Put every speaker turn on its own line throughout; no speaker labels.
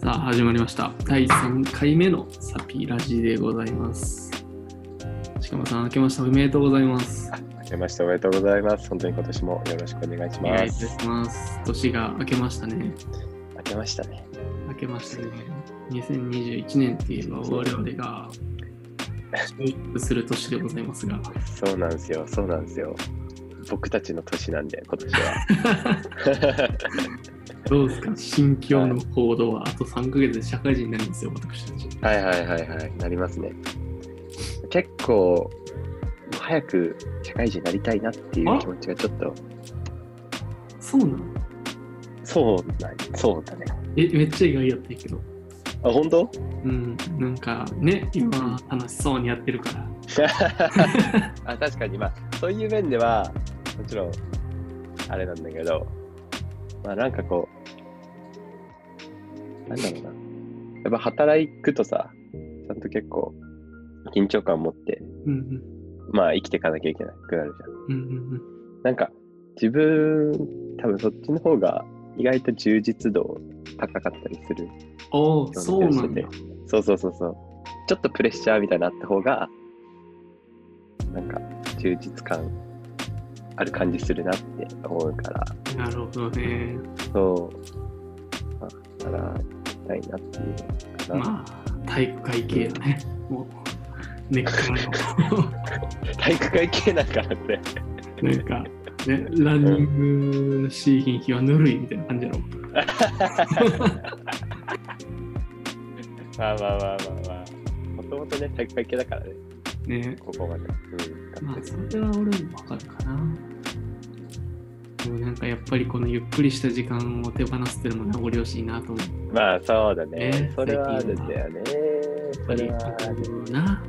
さあ始まりました第3回目のサピラジでございます鹿間さん明けましておめでとうございます
明けましておめでとうございます。本当に今年もよろしくお願いし
お願い
ま
いた
す。
します年が明けましたね
明けましたね。
明けましたね2021年って言えば我々が祝福する年でございますが
そうなんですよ。そうなんですよ。僕たちの年なんで、今年は。
どうですか心境の行動はあと3ヶ月で社会人になりますよ私たち
はいはいはいはい。なりますね。結構、早く社会人になりたいなっていう気持ちがちょっと、
そうなの
そうなんそうだね。
えめっちゃ意外やったんやけど
あ、本当
うんなんかね今楽しそうにやってるから
あ確かに、まあ、そういう面では、もちろん、あれなんだけど、まあ、なんかこう、なんだろうな。やっぱ働くとさ、ちゃんと結構、緊張感を持って、
うんうん
まあ、生きていかなきゃいけなくなるじゃん。
うんうん
なんか、自分、多分そっちの方が、意外と充実度高かったりする。
うん、ああ、そうなんだ。
そうそうそうそう。ちょっとプレッシャーみたいなのあった方が、なんか充実感ある感じするなって思うから、
なるほどね。
そう、まあ、だから、やりたいなっていうのかな。
まあ、体育会系だね。もう、根っ からの。
体育会系なんかなって。
なんか、ね、ランニングのシーン日はぬるいみたいな感じやろ。
まあまあまあまあまあ。もともとね、体育会系だからね、
ね。
ここまで。うん、
まあ、それは俺もわかるかな。でもなんかやっぱりこのゆっくりした時間を手放すっていうのも名残惜しいなと思う。
まあそうだね。
ね
それはあるんだよ
や
ね。
っ
そ
ぱ
れ
り
はある。
な。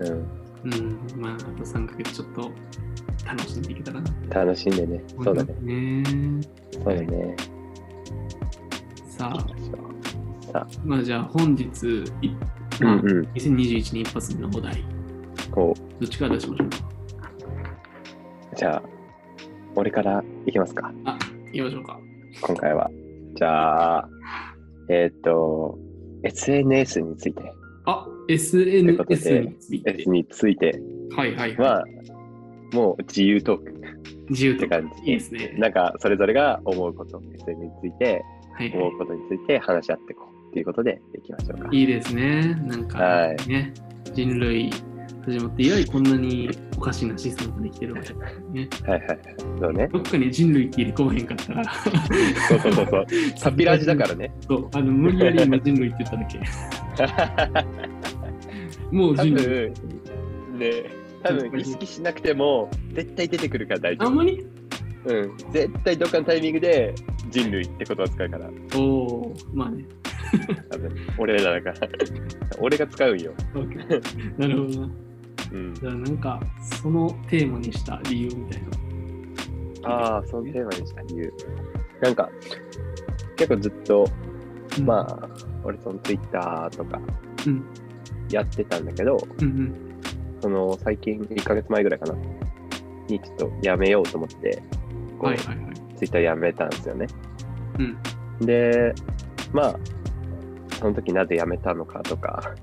うん。
うん、まあ、あと3ヶ月ちょっと楽しんでいけたらな。
楽しんでね。そうだね。
ね。
そうだね。
さあ。
さあ、
まあじゃあ本日い、
う
まあ
んうん。
2021年一発目のお題、
こ
どっちから出しましょうか
う、じゃあ、俺からいきますか、
あ、行きましょうか。
今回は。じゃあ、えーっ、と、SNS について、
あ、
ということ
SNS
で
について
S。について
はいはいはい。
は、もう自由トークっ
自由ってて
感
いい
じ
ですね。
なんか、それぞれが思うこと、SNS について、
はいは
思うことについて話し合っていこうっていうことでいきましょうか。
い。いいですね。なんか、
は
ね、人類始まって以来こんなにおかしなシステムができてるわけだから ね。
はいはいはい。そうね。
どっかに人類って入れ込まへんかったら、
そうそうそうそう。サピラジだからね。
そうあの無理やり今人類って言っただけ。 もう
多
人類。
分、ね、多分意識しなくても、絶対出てくるから大丈
あ
夫
ん。まり
うん、絶対どっかのタイミングで人類って言葉使うから、
おおまあね。
多分俺らだから。 俺が使うんよ。
OK なるほどな。
うん、
じゃあなんかそのテーマにした理由みたいな。
ああ、そのテーマにした理由。なんか、結構ずっと、ま
あ。
あ、俺その Twitter とか
うん
やってたんだけど、
うん
その最近1ヶ月前ぐらいかな、にちょっとやめようと思って、
うん。
こう
はいはいはい。
Twitter やめたんですよね。
うん。
で、まあ、その時なぜ辞めたのかとか、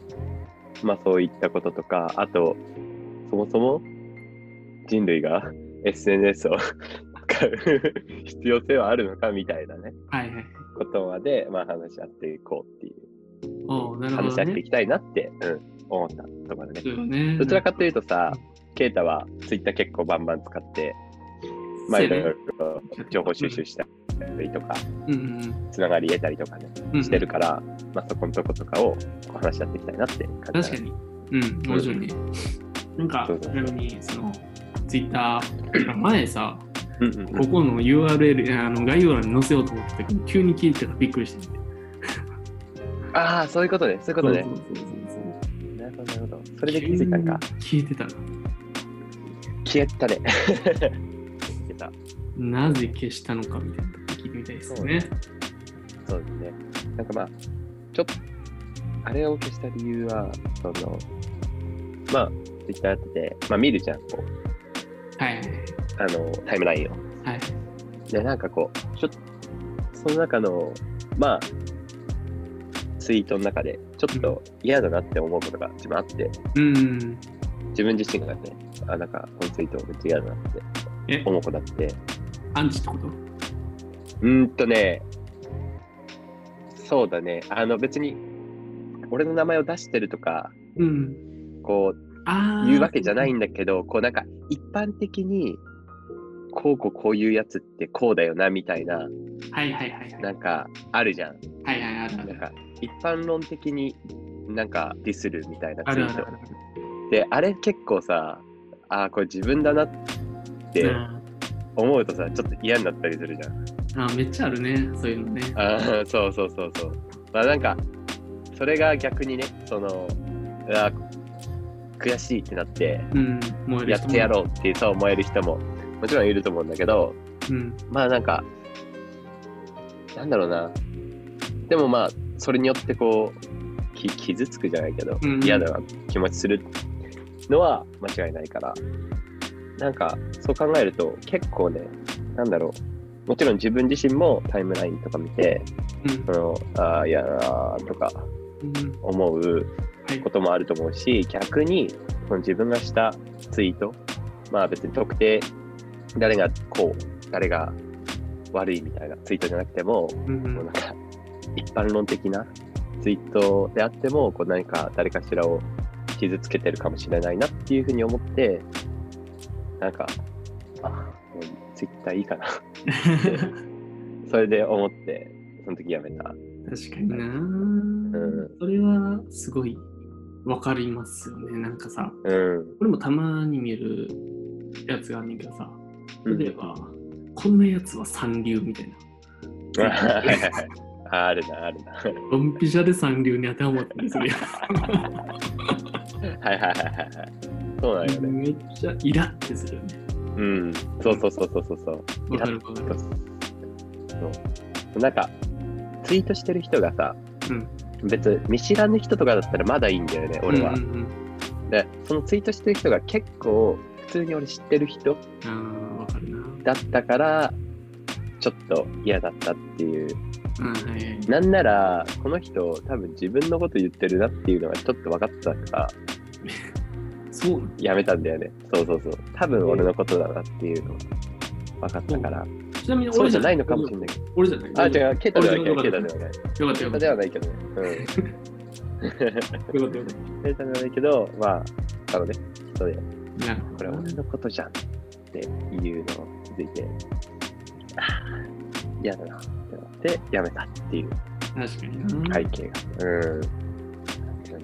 まあそういったこととか、あと、そもそも人類が SNS を 使う必要性はあるのかみたいなね、
はいはい。
ことまで、まあ話し合っていこうっていう、
おおなるほ
話し合
ど
って
ね。
いきたいなって、うん、思ったところで
そ
ね。
うよね。
どちらかというとさ、ケイタは Twitter 結構バンバン使って、まあいろいろ情報収集したりとか、
うんうん
つながり得たりとかね。
うん。
してるから、まあ、そこのとことかをこう話し合っていきたいなって感じ
確かに。うん、もちろんね。なんか
そう、
ち
そう
なみに、その、ツイッター、前さ、
に。うんうんう
こ
ん、
この URL、あの概要欄に載せようと思った時に、急に聞いてたからびっくりして。
ああ、そういうことね。そういうことね
そ。うそうそうそう
なるほど、なるほど。それで気づいたんか。
急に聞いてたな。
消えたね。消えた。
なぜ消したのかみたいなこと聞いてみたいですね。
そうですね。なんかまあ、ちょっと、あれを消した理由は、その、まあ、Twitter やってて、まあ見るじゃん、こう、
はい
あの、タイムラインを。
はい。
で、なんかこう、ちょっと、その中の、まあ、ツイートの中で、ちょっと嫌だなって思うことが自分あって、
うん。
自分自身がね、あ、なんか、このツイートめっちゃ嫌だなって
え
思うことあって、
アンチってこと
うーんとね、そうだね、あの、別に、俺の名前を出してるとか、
うん。
こう、
ああ。
言うわけじゃないんだけど、こうなんか一般的に、こうこうこういうやつってこうだよなみたいな、
はいはいはいはい。
なんかあるじゃん。
はいはいあるあ
なん
る。
か一般論的になんかディスるみたいな
あ
ツイ
るあ
ー
る
ト。で、あれ結構さ、ああ、これ自分だなっ
ある。
て思うとさ、ちょっと嫌になったりするじゃん。
うんあーめっちゃあるね、そういうのね。
あーそうそうそうそう。まあなんか、それが逆にね、その、うわ悔しいってなって、
うん。燃える
や
人
っ
も
てやろうってそう思える人ももちろんいると思うんだけど、
うん。
まあなんか、なんだろうな。でもまあ、それによってこう、き傷つくじゃないけど
うんう、ん
嫌だな気持ちするのは間違いないから、なんか、そう考えると結構ね、なんだろう。もちろん自分自身もタイムラインとか見て、
うん
その、ああ、嫌だなとか
うん。
思う
はい
こともあると思うし、逆に、その自分がしたツイート、まあ別に特定、誰がこう、誰が悪いみたいなツイートじゃなくても、
うんう
もうんなんか一般論的なツイートであっても、こう何か誰かしらを傷つけてるかもしれないなっていうふうに思って、なんか、あ、もうツイッターいいかな。 それで思って、その時やめた。
確かにな、それはすごいわかりますよね。なんかさ、
うん。
俺もたまに見るやつがあんねんけどさ、
うん
例えば、こんなやつは三流みたいな。
はい はいはい あるな、あるな。
ドンピシャで三流に当てはまったりするや
はいはいはいはいはい。そうなんよ
つ。
ね。
めっちゃイラってするよね。
うん。そうそうそうそうそうそう。
わかるわかる。
そうなんか、ツイートしてる人がさ、
うん
別に見知らぬ人とかだったらまだいいんだよね、俺
う
は。
んうん
で、そのツイートしてる人が結構、普通に俺知ってる人
うん、ああ、わかるな。
だったから、ちょっと嫌だったっていう。
うん、はいはい。
なんなら、この人、多分自分のこと言ってるなっていうのがちょっと分かってたから、
そうなの
やめたんだよね。そうそうそう。多分俺のことだなっていうのが分かったから、
ちなみに
そう
俺
じゃないのかもしれないけど。
俺じゃない。
あ、違う、ケイタではない、
俺
ケイ
じゃ
タ
な
で
い
はない。
よかった
ケ
よ
イ
か
タ
っ
で
た。
はないけどね。うん。
よかったよかっ
ケイタではないけど、まあ、あのね、人で、
た。なるほ
これ
ど
は
な。
俺のことじゃんっていうのを気づいて、あー嫌だなってなって、やめたっていう
確かにな。
背景が。うん。なんか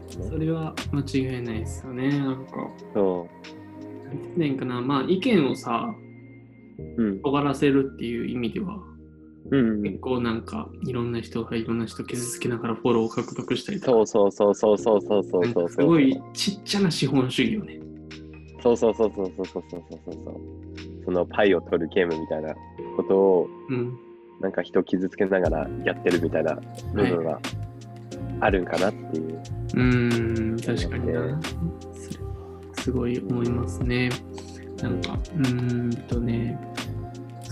そ
ね
れは間違いないですよね。なんか、
そ
なんて言うんかな。まあ、意見をさ、
う。うん。
尖らせるっていう意味では、
うんう
結
ん。
構なんか、いろんな人がいろんな人傷つけながらフォローを獲得したりとか、
そうそうそうそうそうそうそう
なん
そう。
かすごい。ちっちゃな資本主義よね。
そうそうそうそうそうそうそうそうそう。そのパイを取るゲームみたいなことを、
うん。
なんか人を傷つけながらやってるみたいな部分はあるんかなっていう。
うーん、確かにな。それはすごい思いますね。なんか、うーんとね、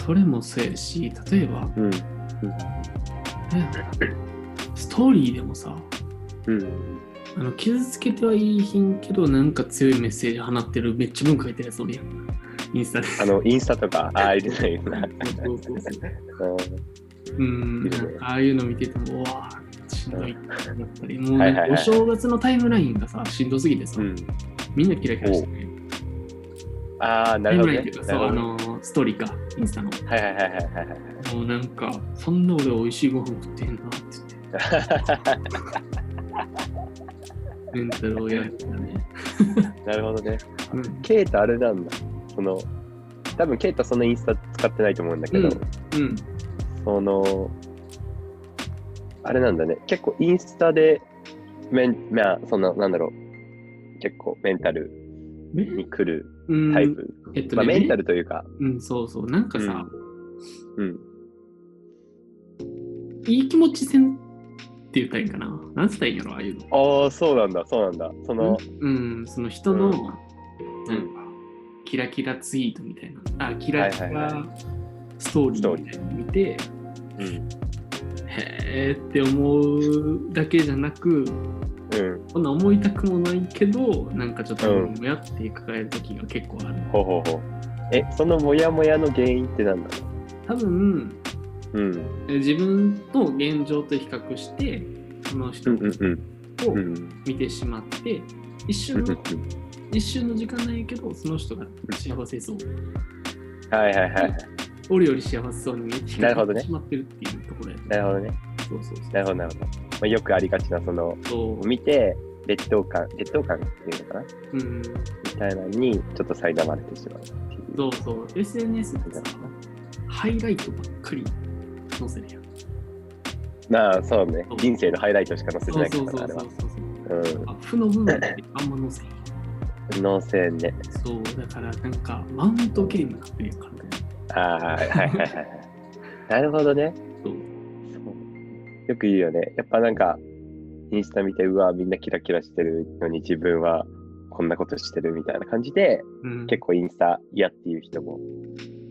それもそうやし、例えば、
うん。
ねストーリーでもさ、
うん。
あの傷つけてはいいひんけど、なんか強いメッセージ放ってる、めっちゃ文書いてるやつおるやん。イン スタで。
あの、インスタとか、ああ、いるね、いるね
そうそうそう
う
う
ん
ん、なんかああいうの見てても、うわーしんどいってなったり、もう
は
ないん
は
か
いはい
お正月のタイムラインがさ、しんどすぎてさ、
うん。
みんなキラキラしてね。
ああ、な
タイム
るほど
ラインっ
ね
ていうか、。
な
そう、
る
あ
ほど
のー、ストーリーか、インスタの。
はいはいはいはいはいはい。
もうなんか、そんな俺美味しいご飯食ってへんなって言って。メンタルをやるんだね。
なるほどね。
うん
ケイタあれなんだ。その、多分ケイタそんなインスタ使ってないと思うんだけど、
うんうん。
その、あれなんだね。結構インスタで、メン、まあ、その、なんだろう。結構メンタル
め
に来る
うん
タイプ。
えっとね、
まあ、メンタルというか、
うん、そうそう。なんかさ、
うん。
いい気持ちせんって言ったらいいんかな。なんつったらいいんやろ、ああいうの。
ああ、そうなんだ、そうなんだ。その、
うん、その人の、
うん
なんか、キラキラツイートみたいな。あ、キラキ
はいはい
ラストーリーみたいなの見て、
うん、
へえーって思うだけじゃなく
うん。
そんな思いたくもないけどなんかちょっと
うん
もやって抱える時が結構ある、
ほうほうほう。え、そのモヤモヤの原因って何なの
多分
うん。
え自分と現状と比較してその
う
人
ん
を
うんうん。うん。
見てしまって、一
う
瞬
んう
の
ん
一瞬の時間ないけどその人が幸せそう
うんはいはいはい。
俺より幸せそうに見えて比
なるほど
較
ね
してしまってるっていうところやと
なるほどね。
そうそうそう
なるほどなるほど。まあ、よくありがちな、その、
そう
見て、劣等感、劣等感っていうのかな
うん、
みたいなのに、ちょっと苛まれてしまうっていう。
そうそう。SNS ってさ、ハイライトばっかり載せるやん。
まあ、そうね
そう。
人生のハイライトしか載せて
そ
な
う
いか
そうそ
ら
う
な、
そうそう。
あれは。うん。
あ負の部分ってあんま載せへん。
脳性ね。
そう、だからなんか、マウントゲームになってるやんからね。
ああ、はいはいはいはい。 なるほどね。
そう。
そうよく言うよね。やっぱなんか、インスタ見て、うわ、みんなキラキラしてるのに自分はこんなことしてるみたいな感じで、
うん、
結構インスタ嫌っていう人も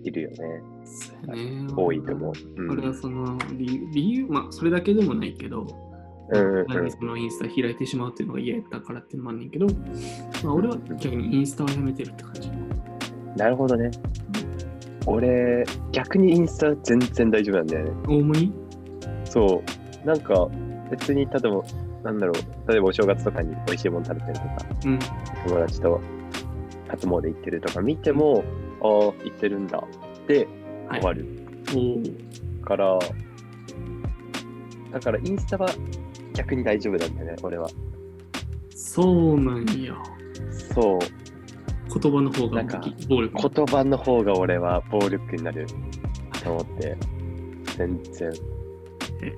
いるよね。
そうやね
多いと思う。うん。う
こ
ん
れはその理理由、まあ、それだけでもないけど、
うんうん
そのインスタ開いてしまうっていうのが嫌やったからっていうのもあんねんけど、まあ、俺は逆にインスタをやめてるって感じ。
なるほどね。俺、逆にインスタ全然大丈夫なんだよね。
大盛り
そう。なんか、別に、例えば、なんだろう、例えばお正月とかに美味しいもの食べてるとか、
うん。
友達と初詣行ってるとか見ても、ああ、行ってるんだって
はい
終わる
おー
から、だからインスタは逆に大丈夫なんだよね、俺は。
そうなんや。
そう、
言葉の方が
なんか
大きい暴力
言葉の方が俺は暴力になると思って、全然。
え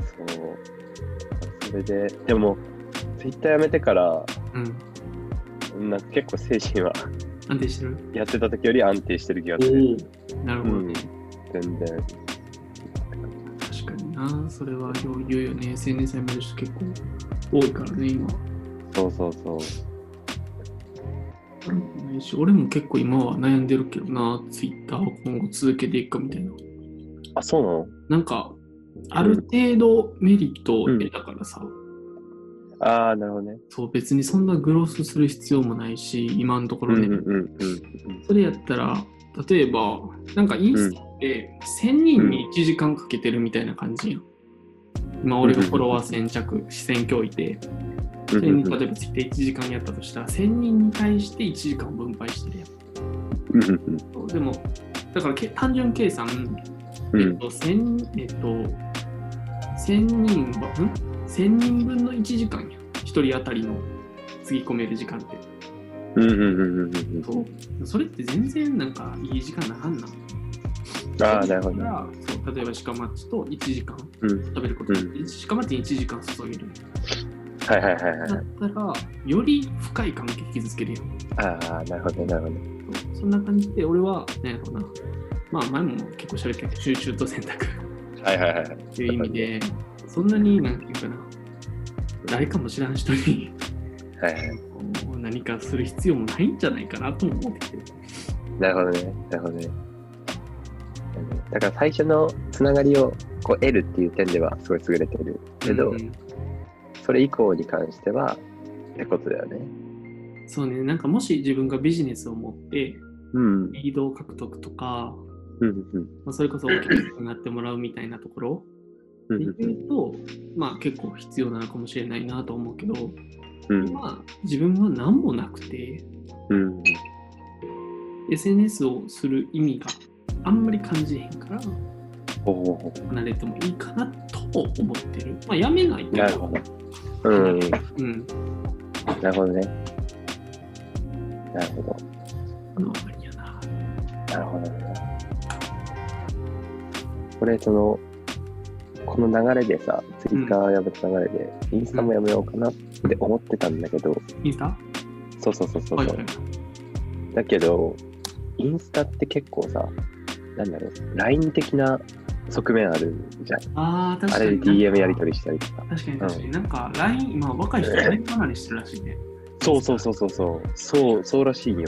そう。それで、でも、ツイッターやめてから、
うん
なんか結構精神は
安定してる
やってた時より安定してる気がする。
おおなる
う
ほど、
ん、全然。
確かになそれはよう言うよね SNS やめる人結構多いからね今
そうそうそう。
ないし俺も結構今は悩んでるけどな Twitter を今後続けていくかみたいな
あ、そうなの
なんかある程度メリットを
うん
得たからさ、
ああ、なるほどね。
そう別にそんなグロスする必要もないし今のところね、
うんうん
それやったら例えばなんかインスタって1000人に1時間かけてるみたいな感じやん今俺がフォロワー先着1000教いて
う
それに
ん
例えばついて1時間やったとしたら1000人に対して1時間を分配してるやん
うん
そうでもだからけ単純計算、
う
えっ
ん
と1000えっと1000人はん1000人分の1時間やん1人当たりのつぎ込める時間って
うんうんうんうんうんうん
そうそれって全然なんかいい時間なはんな
ああ、なるほどね。
そう例えば鹿マッチと1時間
うん
食べること、
うん
鹿マッチに1時間注げる
はいはいはいはい
だったらより深い関係築けるやん。
ああ、なるほど、なるほど。
そんな感じで、俺は、なんやろうな。まあ、前も結構喋ったけど、集中と選択 っ
はいはいはい。
ていう意味で、そんなに、なんていうかな、誰かも知らん人に
はいはい。
こう何かする必要もないんじゃないかなとも思ってて。
なるほどね。なるほどね。だから最初のつながりをこう得るっていう点ではすごい優れてるけど、
うん
それ以降に関してはってことだよね。
そうね、なんかもし自分がビジネスを持って、
うん。うん
リードを獲得とか、
うん
まあ、それこそお客さんになってもらうみたいなところ
うん
で
う
言
ん
うと、まあ結構必要なのかもしれないなと思うけど、
うん
まあ自分は何もなくて、
うん。
SNS をする意味があんまり感じへんから
ほうほうほ
離れてもいいかなと思ってる。まあやめないけ
う
ど
なるほど。うん。
うん。
なるほどね。なるほど。
あのありやな。
なるほどね。これ、その、この流れでさ、ツイッターやめた流れで、インスタもやめようかなって思ってたんだけど、
インスタは
そうそうそうそう、
いはいはい。
だけど、インスタって結構さ、なんだろう、LINE 的な側面あるじゃん。
ああ、確
あ
か
れで
に。
DM やり
り。
取りしたりとか。
確かに確かに。なんか LINE、今若い人 LINE 離れしてるらしいね。
そうそうそうそうそう、そう、そうらしいよ。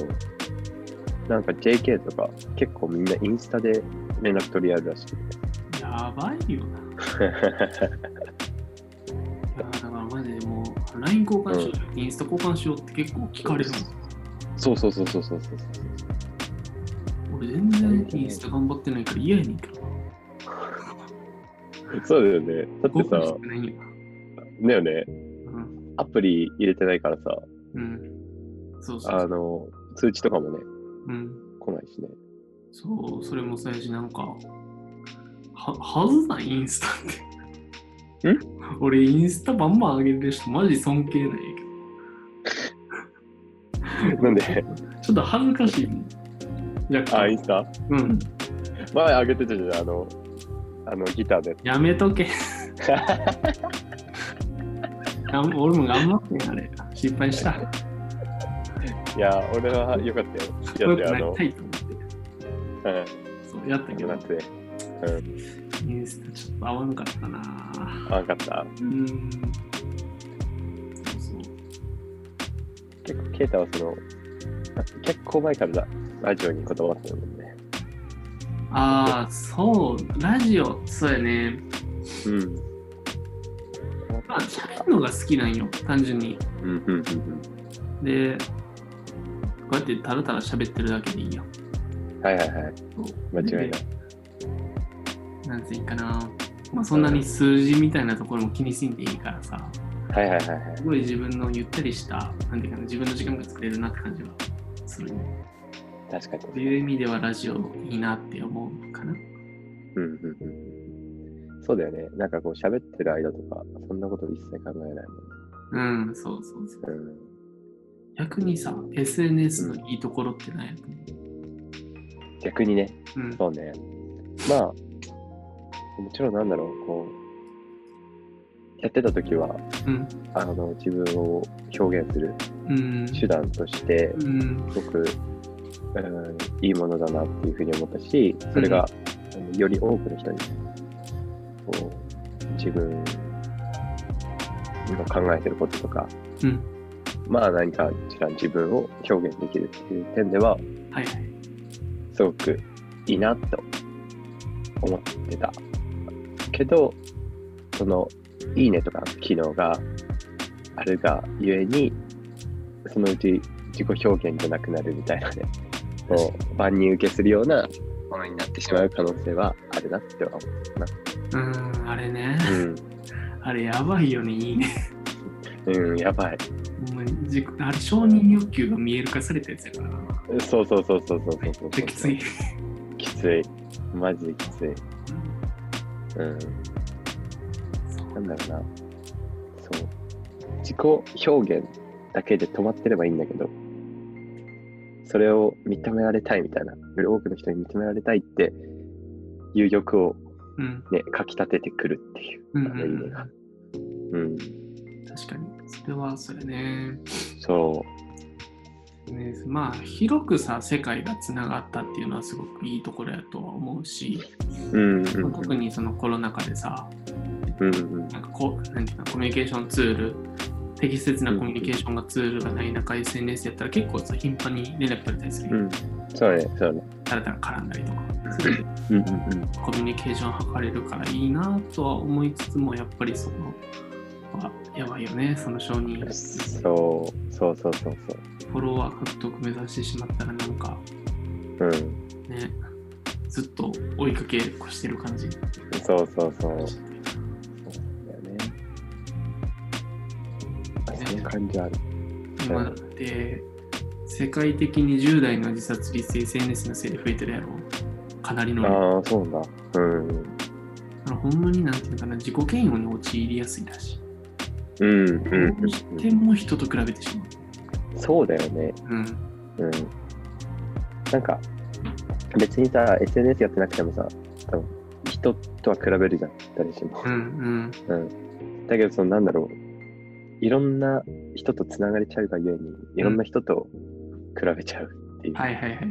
なんか JK とか、結構みんなインスタで連絡取り合うらしい。
いやーばいよな。いやだからマジでもう、LINE 交換しようとか、インスタ交換しようって結構聞かれる
そうそうそうそうそうそうそう。
もん。俺全然インスタ頑張ってないから嫌やねんけどな。
そうだよね。だって
交換
さ
し、てないんや。
だよね。
うん。
アプリ入れてないからさ、
うん。そうそうそ
あ
う。
の、通知とかもね、
うん。
来ないしね。
そう、それもそうやし、なんか、は、はずない、インスタって。
ん
俺、インスタバンバン上げてる人、マジ尊敬ないけ
なんで、
ど。ちょっと恥ずかしいもん。若干
あ、インスタ
うん。
前上げてたじゃん、あの、あの、ギターで。
やめと け。やん俺も頑張ってん、あれ。失敗した。
いや、俺は良かったよ。
く
だって、
な
あ
り
の
た、いと思って。そう、やった
うん、
け
よ
ど
くな、って、
インスタちょっと合わんかったな
合わんかった。
うん。そうそう。
結構、ケイタはその、あ結構前からだラジオにこだわってるもんね。
ああ、そう、ラジオ、そうやね。
うん。
まあ、喋るのが好きなんよ、単純に。
うん、うん、うん
で、こうやってたらたら喋ってるだけでいいよ。
うん。はいはいはい。間違いない。
い。なんていいかな。まあ、そんなに数字みたいなところも気にしんでいいからさ、
はいはいはいはい。
すごい自分のゆったりした、なんていうかな、自分の時間が作れるなって感じはするよ。
確か
と
に。
いう意味ではラジオいいなって思うかな。
うんうんうんうんそうだよね。なんかこう喋ってる間とか、そんなこと一切考えないもんね。
うん、そうそうそう。
うん、
逆にさ、SNS のいいところって何やと思
逆にね、
ううん。
そうね。まあ、もちろんなんだろう、こう、やってた時は、
うん。
あの、自分を表現する
うん。
手段として、
うん。
すごく、うん、いいものだなっていうふうに思ったし、それが、あのより多くの人に、こう、自分が考えてることとか、
うん。
まあ何かしら自分を表現できるっていう点では、
はいはい。
すごくいいなと思ってた。けど、その、いいねとかの機能があるがゆえに、そのうち自己表現じゃなくなるみたいなね、もう万人受けするようなものになってしまう可能性はあるなっては思
うーん、あれね。
う。
あれやばいよね、いいね。
うん、うん、やばい。
ほんまに自己あれ承認欲求が見える化されたやつやからな。
そうそうそうそうそうそうそう。
できつい。。
きつい。マジできつい。うん。なんだろうな。そう。自己表現だけで止まってればいいんだけど、それを認められたいみたいな、より多くの人に認められたいっていう欲を
うん、
ね、かきたててくるっていう、
うん、う
あの意
ん
味が。うん。
確かに。それはそれね。
そ
ねまあ、広くさ、世界がつながったっていうのはすごくいいところやとは思うし、
う。うん。うん
まあ特にそのコロナ禍でさ、
うんうん。
なんかこう、なんていうか、コミュニケーションツール、適切なコミュニケーションがツールがない中、SNS やったら結構さ、頻繁に連絡取れたりす
う
る。
ん。そうね、そうね。
誰か絡んだりとか。そういう
うんうんうん。
コミュニケーション図れるからいいなとは思いつつもやっぱりそこはやばいよねその承認
そう、そうそうそうそう。
フォロワー獲得目指してしまったらなんか
うん。
ねずっと追いかけっこしてる感じ
そうそうそう。だよね。あそういう感じある。
今だって世界的に10代の自殺率 SNS のせいで増えてるやろかなりの
ああ、そうだ。うん。
あのほんまになんていうのかな自己嫌悪に陥りやすいらしい
うん、う
ど
ん
うしても人と比べてしまう
そうだよね。
うん
うん。なんか、別にさ、SNS やってなくてもさ、多分人とは比べるじゃん、誰しも
う。ん
うん。だけど、その、なんだろう。いろんな人とつながれちゃうがゆえに、いろんな人と比べちゃうっていう
うん。はいはいはいはい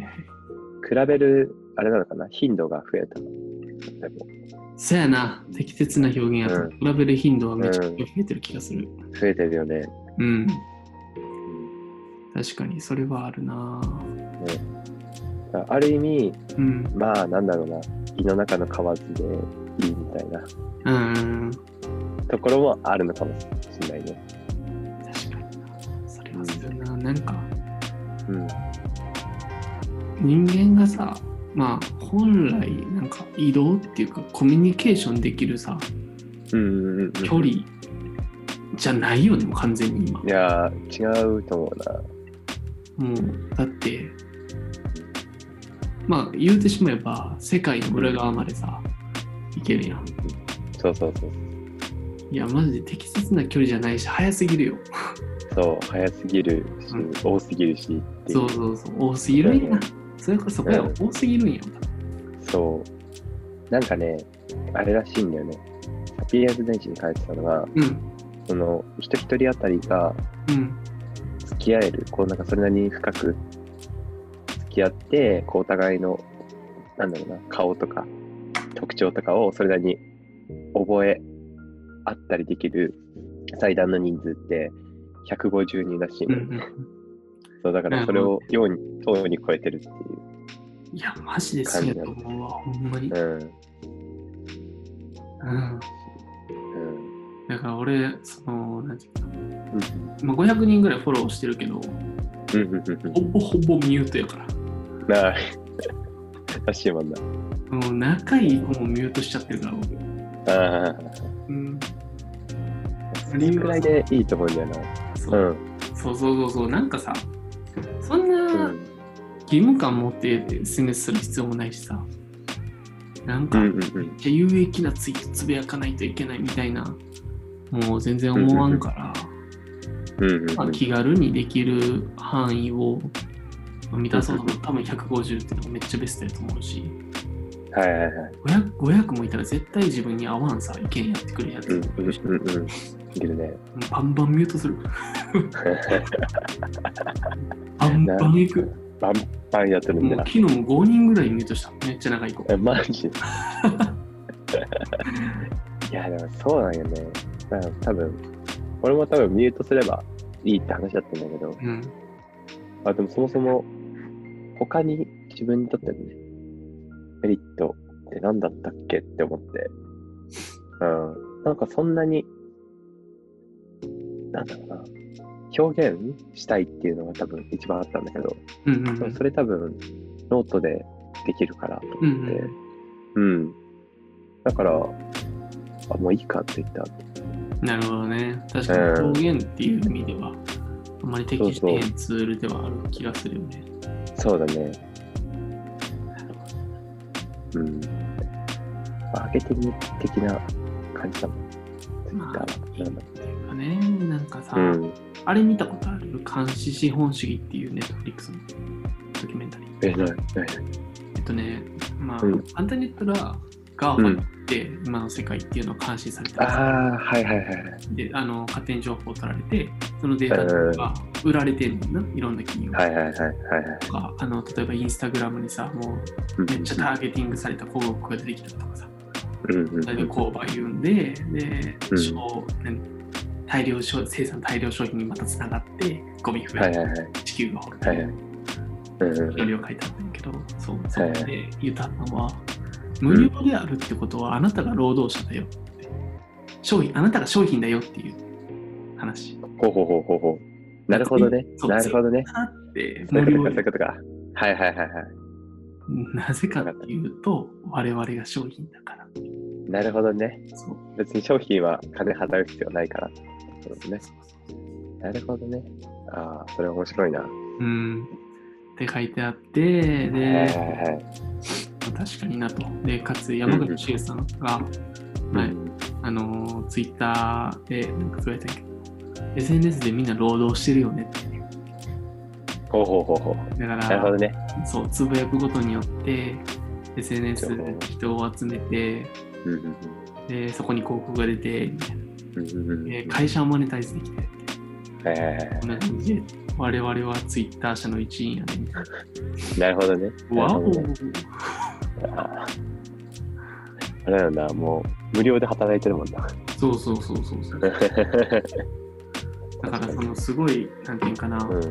比べる、あれなのかな、頻度が増えた。でも、
そやな、適切な表現やと、
うん
比べる頻度はめちゃくちゃ増えてる気がする。
増えてるよね。
うん、
うん
確かにそれはあるな。
だからある意味、
うん、
まあなんだろうな胃の中の蛙でいいみたいな
うん。
ところもあるのかもしれないね。
確かにな。それはするな。なんか、
うん。
人間がさ、まあ、本来、なんか移動っていうか、コミュニケーションできるさ、
うんうんうん、うん。
距離じゃないよね、もう完全に今
い。やー、違うと思うな。
もう、だって、まあ、言うてしまえば、世界の裏側までさ、行けるやん。
そうそうそう。
いや、マジで適切な距離じゃないし、早すぎるよ。
そう、早すぎるし、
うん
多すぎるしってい。
そううそうそう、多すぎるん
う
や
ん。
それこそ、これは多すぎるんや。
そう。なんかね、あれらしいんだよね。サピエンス電子に書いてたのが、
うん、
その、人一人あたりが
うん、
付き合える、こうなんかそれなりに深く付き合って、こうお互いの、なんだろうな、顔とか特徴とかをそれなりに覚えあったりできる最大の人数って150人らしい
うん
の、
うん。
そう、だからそれを4に、等に超えてるっていう。
いや、マジでそうやと思うわ、ほんまに。
うん。
うん。
うん。
だから俺、その、なんていうか、
うん
まあ、500人ぐらいフォローしてるけど、
うんうんうん
ほぼほぼミュートやから。
うん。なあ、らしいもんな。
もう仲いい子もミュートしちゃってるから、僕。
ああ、
うん。
それぐらいでいいと思うんだよ
そ
な。う
う,、
ん。
そうそうそうそう、なんかさ、そん
う
な、
ん。
義務感持って SNS する必要もないしさなん
う
か
ん
めっ
うんうん。
ちゃ有益なツイートつぶやかないといけないみたいなもう全然思わんから、
うんうん
まあ、気軽にできる範囲をまあ満たそうと思う多分150っていうのがめっちゃベストやと思うし
はいはいはい。
500, 500もいたら絶対自分に合わんさ意見やってくるやつ、
うんうんうんうん。いるね。
バンバンミュート するバンバンいく
バンバンやってるん
も
だ
う
な
昨。日も5人ぐらいミュートしためっちゃ仲いい子
えマジ いや、でもそうなんよね。だから多分、俺も多分ミュートすればいいって話だったんだけど、
うん
あでもそもそも他に自分にとってのね、メリットって何だったっけって思って、うん、なんかそんなに、なんだろうな、表現したいっていうのが多分一番あったんだけど、
うんうん
でもそれ多分ノートでできるからと
うん
思っ
う
て
ん、
うん。だから、あ、もういいかって言った。
なるほどね。確かに表現っていう意味では、あまり適してへんツールではある気がするよね。
そうだね。うん。マーケティング的な感じだもん。ツイッタ
まあ
ーは。
なんかね、なんかさ、
うん。
あれ見たことある監視資本主義っていうネットフリックスのドキュメンタリー。
え、ない、ない。
えっとね、まあ、
うん
簡単に言ったら、ガーファって今の世界っていうのを監視されて
あ
ます
あ、はいはいはいはい。
であの勝手に情報を取られて、そのデータとか売られてるんだな、いろんな企業
はいはいはいはいはい。
とか、あの例えばインスタグラムにさ、もう
うん
めっちゃターゲティングされた広告が出てきたりとかさ、
うんうんうん。
それで購買言うんで、で、
うん
消ね大量消生産大量消費にまたつながって、ゴミ増え
はい
て、
はいはい。
地球が滅
はい
びる
はい。うんう
距
んうん。
離を書いてあったんやけど、そう、そ
はい
こ
はい
で言ったのは、無料であるってことは、あなたが労働者だよって商品、あなたが商品だよっていう話。
ほうほうほうほうほう。なるほどね。
そう
なるほどね。
あって、
そう
無
いうこと
料
か、そうい
で
うことか。はいはいはいは
なぜかっていうと、我々が商品だから。
い。なるほどね。
そう
別に商品は金払う必要ないからってことね。
そうそう
なるほどね。ああ、それ面白いな。
うん。って書いてあって、
はい
で
は、いはい。
確かになと。で、かつ山口周さんが、はい
うん
あのツイッター Twitter でなんか言われたんやけど、SNS でみんな労働してるよねって、ね。
ほうほうほうほう。
だか
なるほど
ら、
ね。
そう、つぶやくことによって、SNS で人を集めて、
うんうん
でそこに広告が出て、みたいな
うんうんうんうん
で会社をマネタイズできて、
はいはいは
こんな感じで、我々はツイッター社の一員やねみたい
いなるほどね。
な。わ
な
お
るほどねあーあれだよな、もう無料で働いてるもんな。
そうそうそうそうそう。だから、そのすごい、なんていうんかな、
うん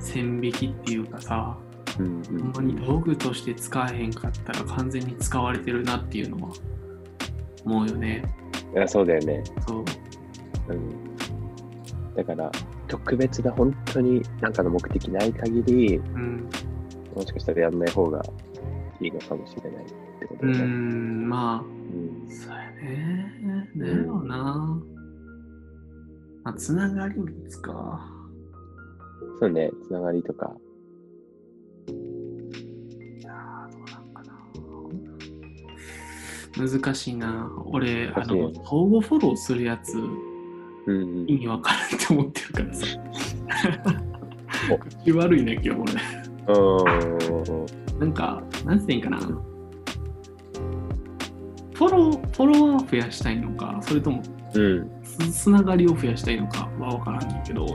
線引きっていうかさ、
うんう
ほんま
ん
に道具として使えへんかったら完全に使われてるなっていうのは思うよね。
いやそうだよね。
そう。
うん。だから、特別な本当になんかの目的ない限り、
うん。
もしかしたらやんない方がいいのかもしれないってこと
う
だね。
ん、ま
うん
あ、そうやね。だよな。まあ、つながり率か。
そうね、つながりとか。
難しいな。俺、あ
難しい
の、相互フォローするやつ、
うんうん
意味わからんって思ってるからさ
お。
口悪いね、今日俺。
うん
なんか、なんて言うんかな。フォロー、フォロワーを増やしたいのか、それとも
うん
つつながりを増やしたいのかは分からんねんけど、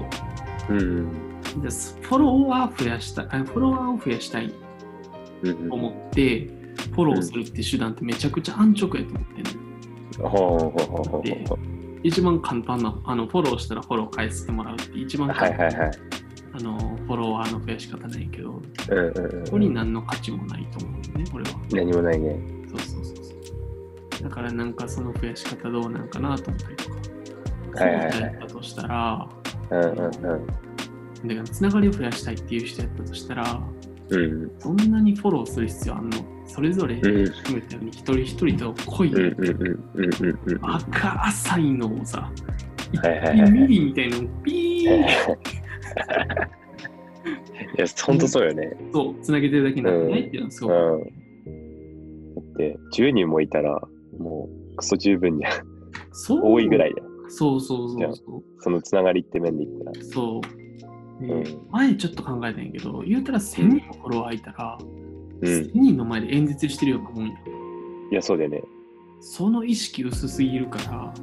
うん
でスフォロワー増やしたい、あフォロワーを増やしたい
うん
と思って、フォローするって手段ってめちゃくちゃ安直やと思ってんねん
ほうほうほうほうほう
一番簡単な、あのフォローしたらフォロー返してもらうって一番
はい
簡
はい
単な、
はい
あのフォロワーの増やし方なんやけど、
うんうん
こ
う
こに
ん
何の価値もないと思うよね、俺は。
何もないね
そうそうそうそう。だからなんかその増やし方どうなんかなと思ったりとか。
はいはいはい
そういう人やったとしたら、
うんうん
だからつながりを増やしたいっていう人やったとしたら、
うん
そんなにフォローする必要あんのそれぞれ
うんう
含
ん
めたように一人一人と濃い、
うんうんうんうんうんうん
赤浅いのをさ、
はいはいはいは
1
い
ミリみたいなのをピーッ
いや本当そうよね
とつなげてるだけなんじゃないっていうのはす
う
ごく。
んだって10人もいたらもうクソ十分に
そう
多いぐらいだよ
そうそうそうそう。
そのつながりって面で言ったら
そう。で
うん
前ちょっと考えたんやけど、言うたら1000人のフォロワーいたら、
うん
1000人の前で演説してるようなもんや。
いやそうだよね
その意識薄すぎるか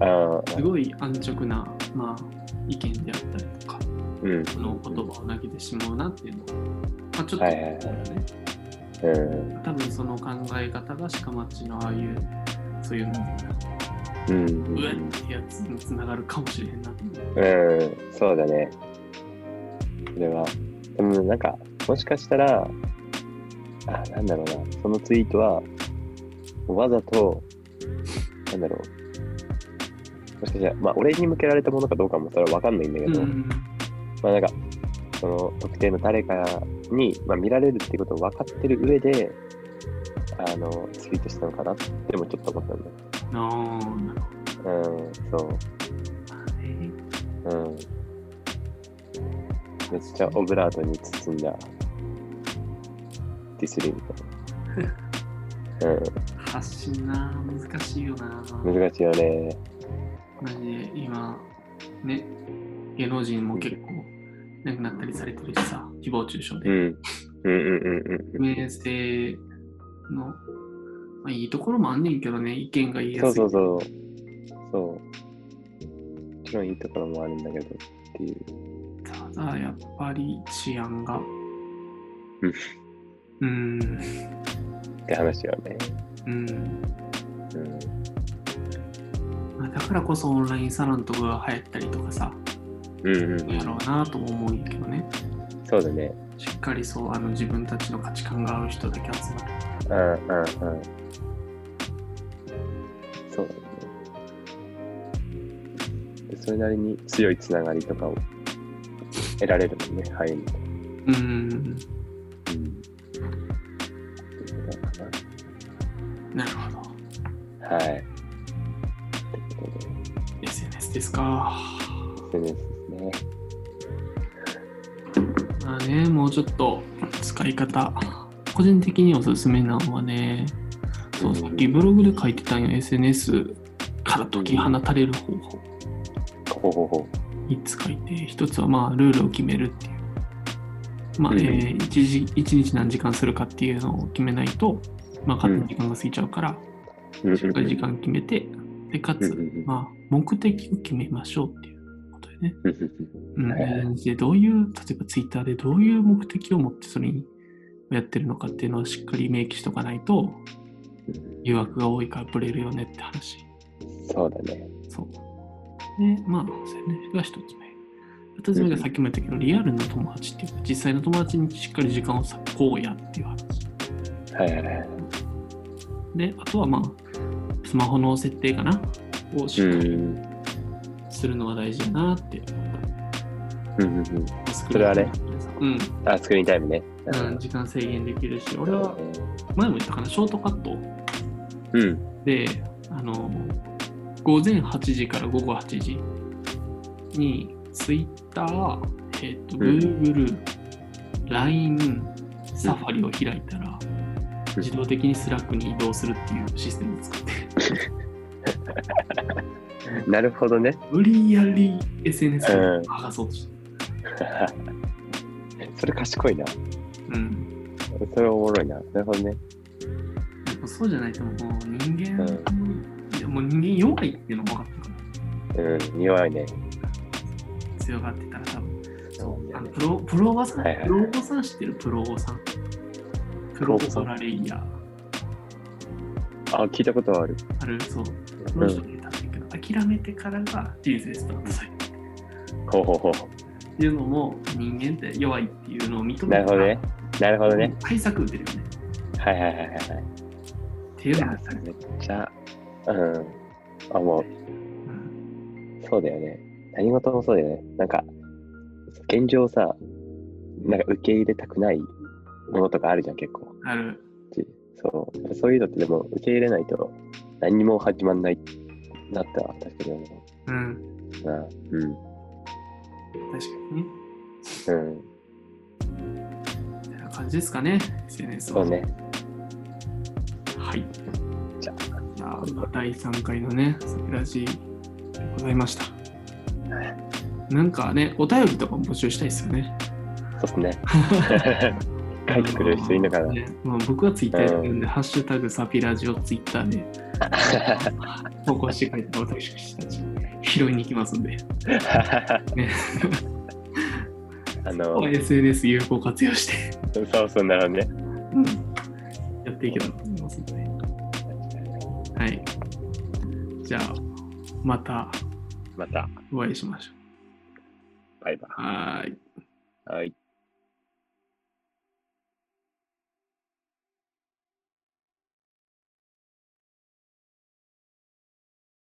ら、
ああ
すごい安直な、まあ、意見であったりとか、
うん
その言葉を投げてしまうなっていうのは、まあ、ちょっと、
はいはいはい
ね、
うん
多分その考え方がしかまっちのああいう、そういうの、
うん
う
う
わっ
ん
てやつにつながるかもしれへんなって思う。
うん、そうだね。それは。でもなんか、もしかしたら、あ、なんだろうな、そのツイートは、わざと、なんだろう。もしかしたら、まあ、俺に向けられたものかどうかもそれはわかんないんだけ
うん
ど、まあなんか、その特定の誰かに、まあ、見られるってことを分かってる上で、あの、ツイートしたのかなってもちょっと思ったんだ
あーなるほ
よ。うん、そ
ど
う。
ね
うん。めっちゃオブラートに包んだディスリング。
発信な、難しいよな。
うん、難しいよね。
マジで今、ね、芸能人も結構亡くなったりされてるしさ、誹謗中傷
う
で、
ん。うんうんうん
不明性の、まあ、いいところもあんねんけどね、意見が言い
うん。
や
そう
すい。
そうそう。そう。もちろんいいところもあるんだけどっていう。
ただ、やっぱり治安が。
うん
うーん。
って話よね。
うん。
うん。
まあだからこそオンラインサロンとかが流行ったりとかさ、
うんうんう
やろ
ん。
うなとも思うんやけどね。
そうだね。
しっかりそう、あの自分たちの価値観が合う人だけ集まって。
うんうんうん。そうだね。でそれなりに強いつながりとかを得られるもんね、入ると。
うーん。
うん
なるほど。
はい。ってことで
SNS ですか。
SNS ですね。
まあね、もうちょっと使い方。個人的におすすめなのはね、そう、さっきブログで書いてたんよ、SNS から解き放たれる方法。
ほうほうほ
いつ書いて、一つはまあ、ルールを決めるっていう。まあ、
うん
えー一時、一日何時間するかっていうのを決めないと、まあ、勝手に時間が過ぎちゃうから、
う。うん
しっかり時間決めて、で、か
うんう
つ
ん、うん
まあ、目的を決めましょうっていうことでね。
うんうん
うん
はいはい
でどういう、例えばツイッターでどういう目的を持ってそれにやってるのかっていうのをしっかり明記しとかないと、
うん
誘惑が多いからブレるよねって話。
そうだね。
そう。で、まあ、それねが一つ目。二つ目がさっきも言ったけど、リアルの友達っていうか、実際の友達にしっかり時間を割こうやっていう話。
はいはいはい。
で、あとはまあ、スマホの設定かなをし
う
っかり
ん。
するのが大事だなって思っ
うんうんうん。
た。そ
れあれ
うん、
あ、スクリーンタイムね。
うん、時間制限できるし、俺
う
は前も言ったかな、ショートカット
うん。
で、あの、午前8時から午後8時に、Twitter、えっ、と、Google、LINE、サファリを開いたら、自動的にスラックに移動するっていうシステムを作って、
なるほどね。
無理やり SNS を剥がそうとして
それ賢いな。
る。うん。
それおもろいな。なるほどね。
やっぱそうじゃないともう人間、
う
いやもう人間弱いっていうのが分かったから。
うん。弱いね。
強がってたら多分
そう
あのプロプロゴさん、
はいはい
プロゴさん知ってるプロゴさんプロゴソラレイヤー
あ、聞いたことある。
あるそうこ
う
の人
ん。
に多分言うけど諦めてからが人生スタートする
ほうほうほ
っていうのも人間って弱いっていうのを認めて
う。なるほどね。なるほどね。
対策打てるよね
はいはいはいはいはい。
ってい
い
の
うや
が、
それめっちゃ、うん。あ、も
う
う、
ん
そうだよね。何事もそうだよね。なんか、現状さ、なんか受け入れたくないものとかあるじゃん、結構。
ある
ちそうそういうのってでも受け入れないと何にも始まんないなっては確かに思
うん
うな。うん。
確かにね
うん。
みたいな感じですかね SNS
そ
は
うね。
はい
じゃ
じゃあ第3回のねラジでございましたなんかねお便りとかも募集したいですよね
そうっすね。書いてくれる人いいのかな。
ねまあ、僕はツイッターやってるんで、ハッシュタグサピラジオツイッターで投稿してくれたら私たち拾いに行きますんで、ね、
あの、
SNS 有効活用して、
そうそうならね。
うんやっていけたらと思いますんで。はい。じゃあ、また
また、
お会いしましょ
バイバ
う。はーい。
イ。はい。